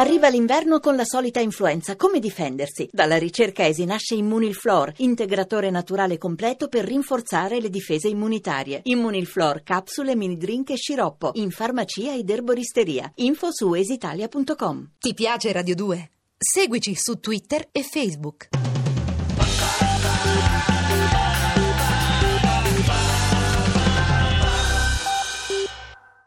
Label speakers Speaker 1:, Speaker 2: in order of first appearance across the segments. Speaker 1: Arriva l'inverno con la solita influenza. Come difendersi? Dalla ricerca ESI nasce Immunilflor, integratore naturale completo per rinforzare le difese immunitarie. Immunilflor, capsule, mini drink e sciroppo. In farmacia ed erboristeria. Info su esitalia.com.
Speaker 2: Ti piace Radio 2? Seguici su Twitter e Facebook.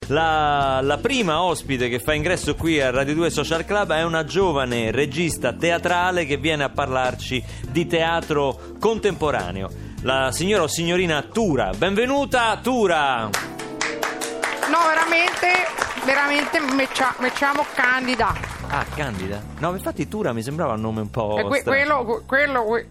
Speaker 3: La, la prima ospite che fa ingresso qui a Radio 2 Social Club è una giovane regista teatrale che viene a parlarci di teatro contemporaneo. La signora o signorina Tura. Benvenuta Tura!
Speaker 4: No, veramente, veramente meccia- mecciamo candida.
Speaker 3: Ah, Candida? No, infatti Tura mi sembrava un nome un po'.
Speaker 4: E que-
Speaker 3: strano.
Speaker 4: quello, que- quello, que-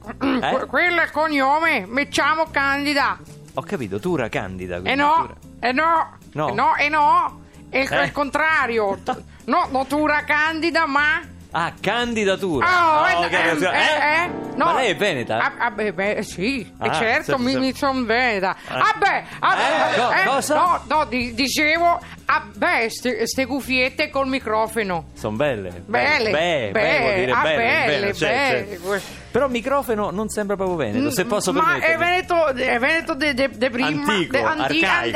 Speaker 3: Eh?
Speaker 4: que- quello è il cognome, mecciamo candida.
Speaker 3: Ho capito, Tura Candida.
Speaker 4: E
Speaker 3: quindi,
Speaker 4: Eh, no,
Speaker 3: Tura.
Speaker 4: e no,
Speaker 3: No.
Speaker 4: e no, e no, e il,
Speaker 3: Eh.
Speaker 4: il contrario. T- No, natura candida, ma...
Speaker 3: Ah, candidatura.
Speaker 4: Ah,
Speaker 3: Ah,
Speaker 4: eh,
Speaker 3: ok,
Speaker 4: eh,
Speaker 3: ok.
Speaker 4: eh, eh, no.
Speaker 3: Ma lei è veneta?
Speaker 4: Ah, ah, beh, beh, sì, eh,
Speaker 3: Ah,
Speaker 4: certo,
Speaker 3: certo,
Speaker 4: mi,
Speaker 3: certo.
Speaker 4: mi son veda. Ah, beh, ah,
Speaker 3: Eh, co-
Speaker 4: eh,
Speaker 3: cosa?
Speaker 4: No, no, di- dicevo, ah, beh, ste, ste cuffiette col microfono.
Speaker 3: Sono belle. Beh,
Speaker 4: Belle,
Speaker 3: beh,
Speaker 4: belle,
Speaker 3: vuol dire
Speaker 4: ah,
Speaker 3: belle,
Speaker 4: belle,
Speaker 3: belle, certo, certo.
Speaker 4: belle.
Speaker 3: Però microfono non sembra proprio veneto, eh, se posso
Speaker 4: Mm, Ma è
Speaker 3: permettermi.
Speaker 4: Veneto, è Veneto de, de, de prima
Speaker 3: Antico,
Speaker 4: de-
Speaker 3: arcaico.
Speaker 4: an-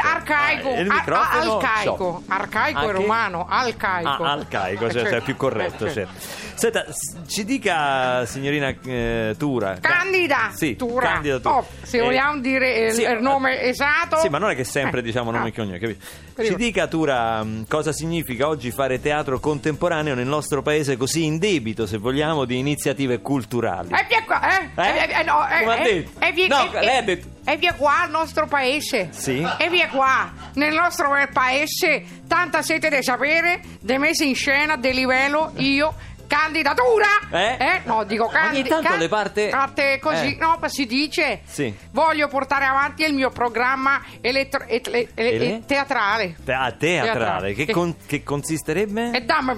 Speaker 4: arcaico,
Speaker 3: Ah, il
Speaker 4: ar-
Speaker 3: microfono,
Speaker 4: alcaico,
Speaker 3: ciò.
Speaker 4: arcaico
Speaker 3: Anche-
Speaker 4: è romano, alcaico.
Speaker 3: Ah, alcaico,
Speaker 4: Eh,
Speaker 3: cioè, cioè, è più corretto,
Speaker 4: eh,
Speaker 3: certo. Senta, s- ci dica signorina eh, Tura.
Speaker 4: Candida,
Speaker 3: Sì,
Speaker 4: Tura.
Speaker 3: Candida Tura.
Speaker 4: Oh, se
Speaker 3: Eh,
Speaker 4: vogliamo dire il,
Speaker 3: sì, eh,
Speaker 4: il nome esatto.
Speaker 3: Sì, ma non è che sempre
Speaker 4: Eh,
Speaker 3: diciamo nome
Speaker 4: ah.
Speaker 3: e cognome, capito? Ci
Speaker 4: Prego.
Speaker 3: dica Tura mh, cosa significa oggi fare teatro contemporaneo nel nostro paese così in debito, se vogliamo, di iniziative culturali.
Speaker 4: E via qua, eh?
Speaker 3: Eh?
Speaker 4: E via- no, eh,
Speaker 3: Come ha
Speaker 4: eh,
Speaker 3: detto?
Speaker 4: e via-
Speaker 3: No,
Speaker 4: e-
Speaker 3: lei
Speaker 4: e-
Speaker 3: ha detto-
Speaker 4: E via qua il nostro paese.
Speaker 3: Sì.
Speaker 4: E via qua, nel nostro bel paese, tanta sete di sapere, di messa in scena, di livello, io, candidatura.
Speaker 3: Eh?
Speaker 4: No, dico candidatura.
Speaker 3: tanto le parte-
Speaker 4: Parte così,
Speaker 3: eh.
Speaker 4: no, ma si dice.
Speaker 3: Sì.
Speaker 4: Voglio portare avanti il mio programma elettro- et- le- ele-
Speaker 3: Ele?
Speaker 4: e- teatrale.
Speaker 3: Te- ah, teatrale,
Speaker 4: Teatrale.
Speaker 3: che, con- che consisterebbe?
Speaker 4: E dammi...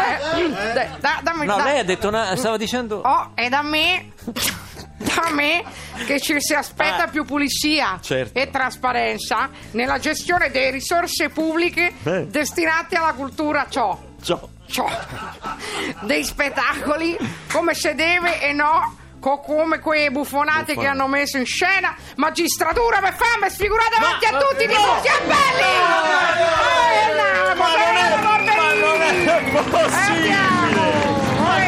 Speaker 4: Eh, da- dammi-
Speaker 3: Eh? no,
Speaker 4: da-
Speaker 3: lei ha detto una... stava dicendo...
Speaker 4: Oh, è da me. Da me che ci si aspetta
Speaker 3: Ah,
Speaker 4: più pulizia
Speaker 3: certo.
Speaker 4: e trasparenza nella gestione delle risorse pubbliche
Speaker 3: Eh.
Speaker 4: destinate alla cultura ciò,
Speaker 3: Ciò.
Speaker 4: ciò dei spettacoli come se deve e no co- come quei buffonate
Speaker 3: Buffonate.
Speaker 4: che hanno messo in scena magistratura per fame sfigurata davanti a
Speaker 3: ma-
Speaker 4: tutti
Speaker 3: no!
Speaker 4: di così e Eh, belli
Speaker 3: Ma non è, ma non è possibile!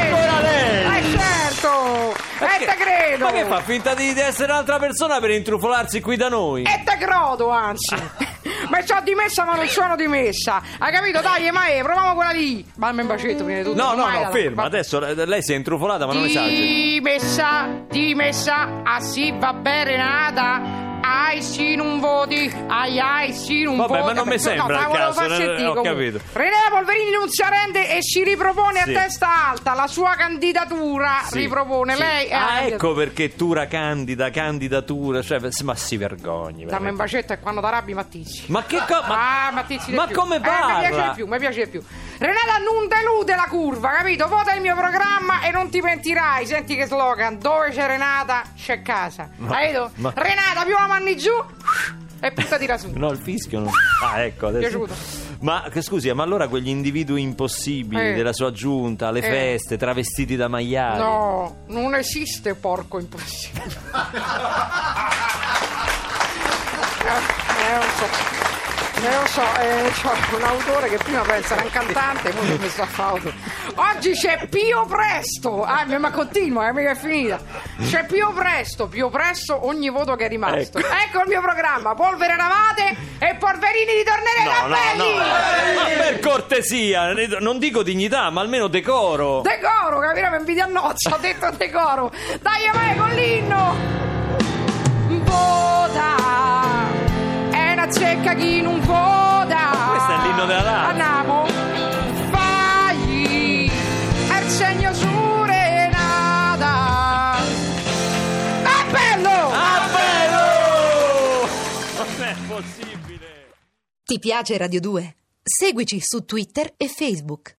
Speaker 3: Ancora lei!
Speaker 4: eh certo!
Speaker 3: Ma
Speaker 4: E
Speaker 3: che-
Speaker 4: te credo!
Speaker 3: Ma che fa finta di, di essere un'altra persona per intrufolarsi qui da noi?
Speaker 4: E Eh, te credo, anzi! ma sono dimessa ma non sono dimessa! Hai capito? Dai, ma eh, proviamo quella lì! Ma un bacetto prima di tutto!
Speaker 3: no, no,
Speaker 4: ormai
Speaker 3: no,
Speaker 4: la-
Speaker 3: ferma.
Speaker 4: ma-
Speaker 3: Adesso eh, lei si è intrufolata, ma non esageri.
Speaker 4: Dimessa, dimessa, ah sì, va bene, nada! Ai sì, non voti! Ai ai sì, non
Speaker 3: Vabbè,
Speaker 4: voti!
Speaker 3: ma non mi
Speaker 4: No,
Speaker 3: sembra
Speaker 4: no,
Speaker 3: il
Speaker 4: ma volevo
Speaker 3: caso,
Speaker 4: far
Speaker 3: eh,
Speaker 4: sentire
Speaker 3: ho
Speaker 4: comunque.
Speaker 3: capito.
Speaker 4: Renea Polverini non si arrende e si ripropone
Speaker 3: Sì.
Speaker 4: a testa alta la sua candidatura!
Speaker 3: Sì,
Speaker 4: ripropone
Speaker 3: sì.
Speaker 4: lei! è
Speaker 3: Ah,
Speaker 4: candidata.
Speaker 3: ecco perché Tura candida, candidatura, cioè, ma si vergogni.
Speaker 4: Dammi
Speaker 3: veramente.
Speaker 4: un bacetto e quando t'arrabbi Mattizzi.
Speaker 3: Ma che cosa?
Speaker 4: ah, Mattizzi di
Speaker 3: ma
Speaker 4: più.
Speaker 3: come
Speaker 4: Eh,
Speaker 3: parla?
Speaker 4: mi piace di più, mi piace di più. Renata non delude la curva, capito? Vota il mio programma e non ti pentirai. Senti che slogan, dove c'è Renata c'è casa. Capito?
Speaker 3: ma-
Speaker 4: Renata, più la manni giù e puntati la su.
Speaker 3: No, il fischio no. Ah, ecco, adesso.
Speaker 4: Piaciuto.
Speaker 3: Ma che- scusi, ma allora quegli individui impossibili
Speaker 4: Eh.
Speaker 3: della sua giunta, alle
Speaker 4: Eh.
Speaker 3: feste, travestiti da maiali?
Speaker 4: No, non esiste porco impossibile. eh, eh, lo so. Eh, lo so, eh, c'ho un autore che prima pensa era un cantante, poi mi sta a fare autore. Oggi c'è Pio Presto! Ah, ma continua, eh, mica è finita. C'è Pio Presto, Pio Presto ogni voto che è rimasto.
Speaker 3: Ecco.
Speaker 4: Ecco, il mio programma, polvere lavate e polverini ritornerete a belli!
Speaker 3: Ma per cortesia, non dico dignità, ma almeno decoro.
Speaker 4: Decoro, capire, mi inviti a nozze, ho detto decoro. Dai, vai con l'inno. Vota, è una zecca chi non vota.
Speaker 3: Questo è l'inno della Lazio.
Speaker 4: Andiamo, fagli, è il segno su Renata. È bello!
Speaker 3: Ah, bello! Non è possibile.
Speaker 2: Ti piace Radio 2? Seguici su Twitter e Facebook.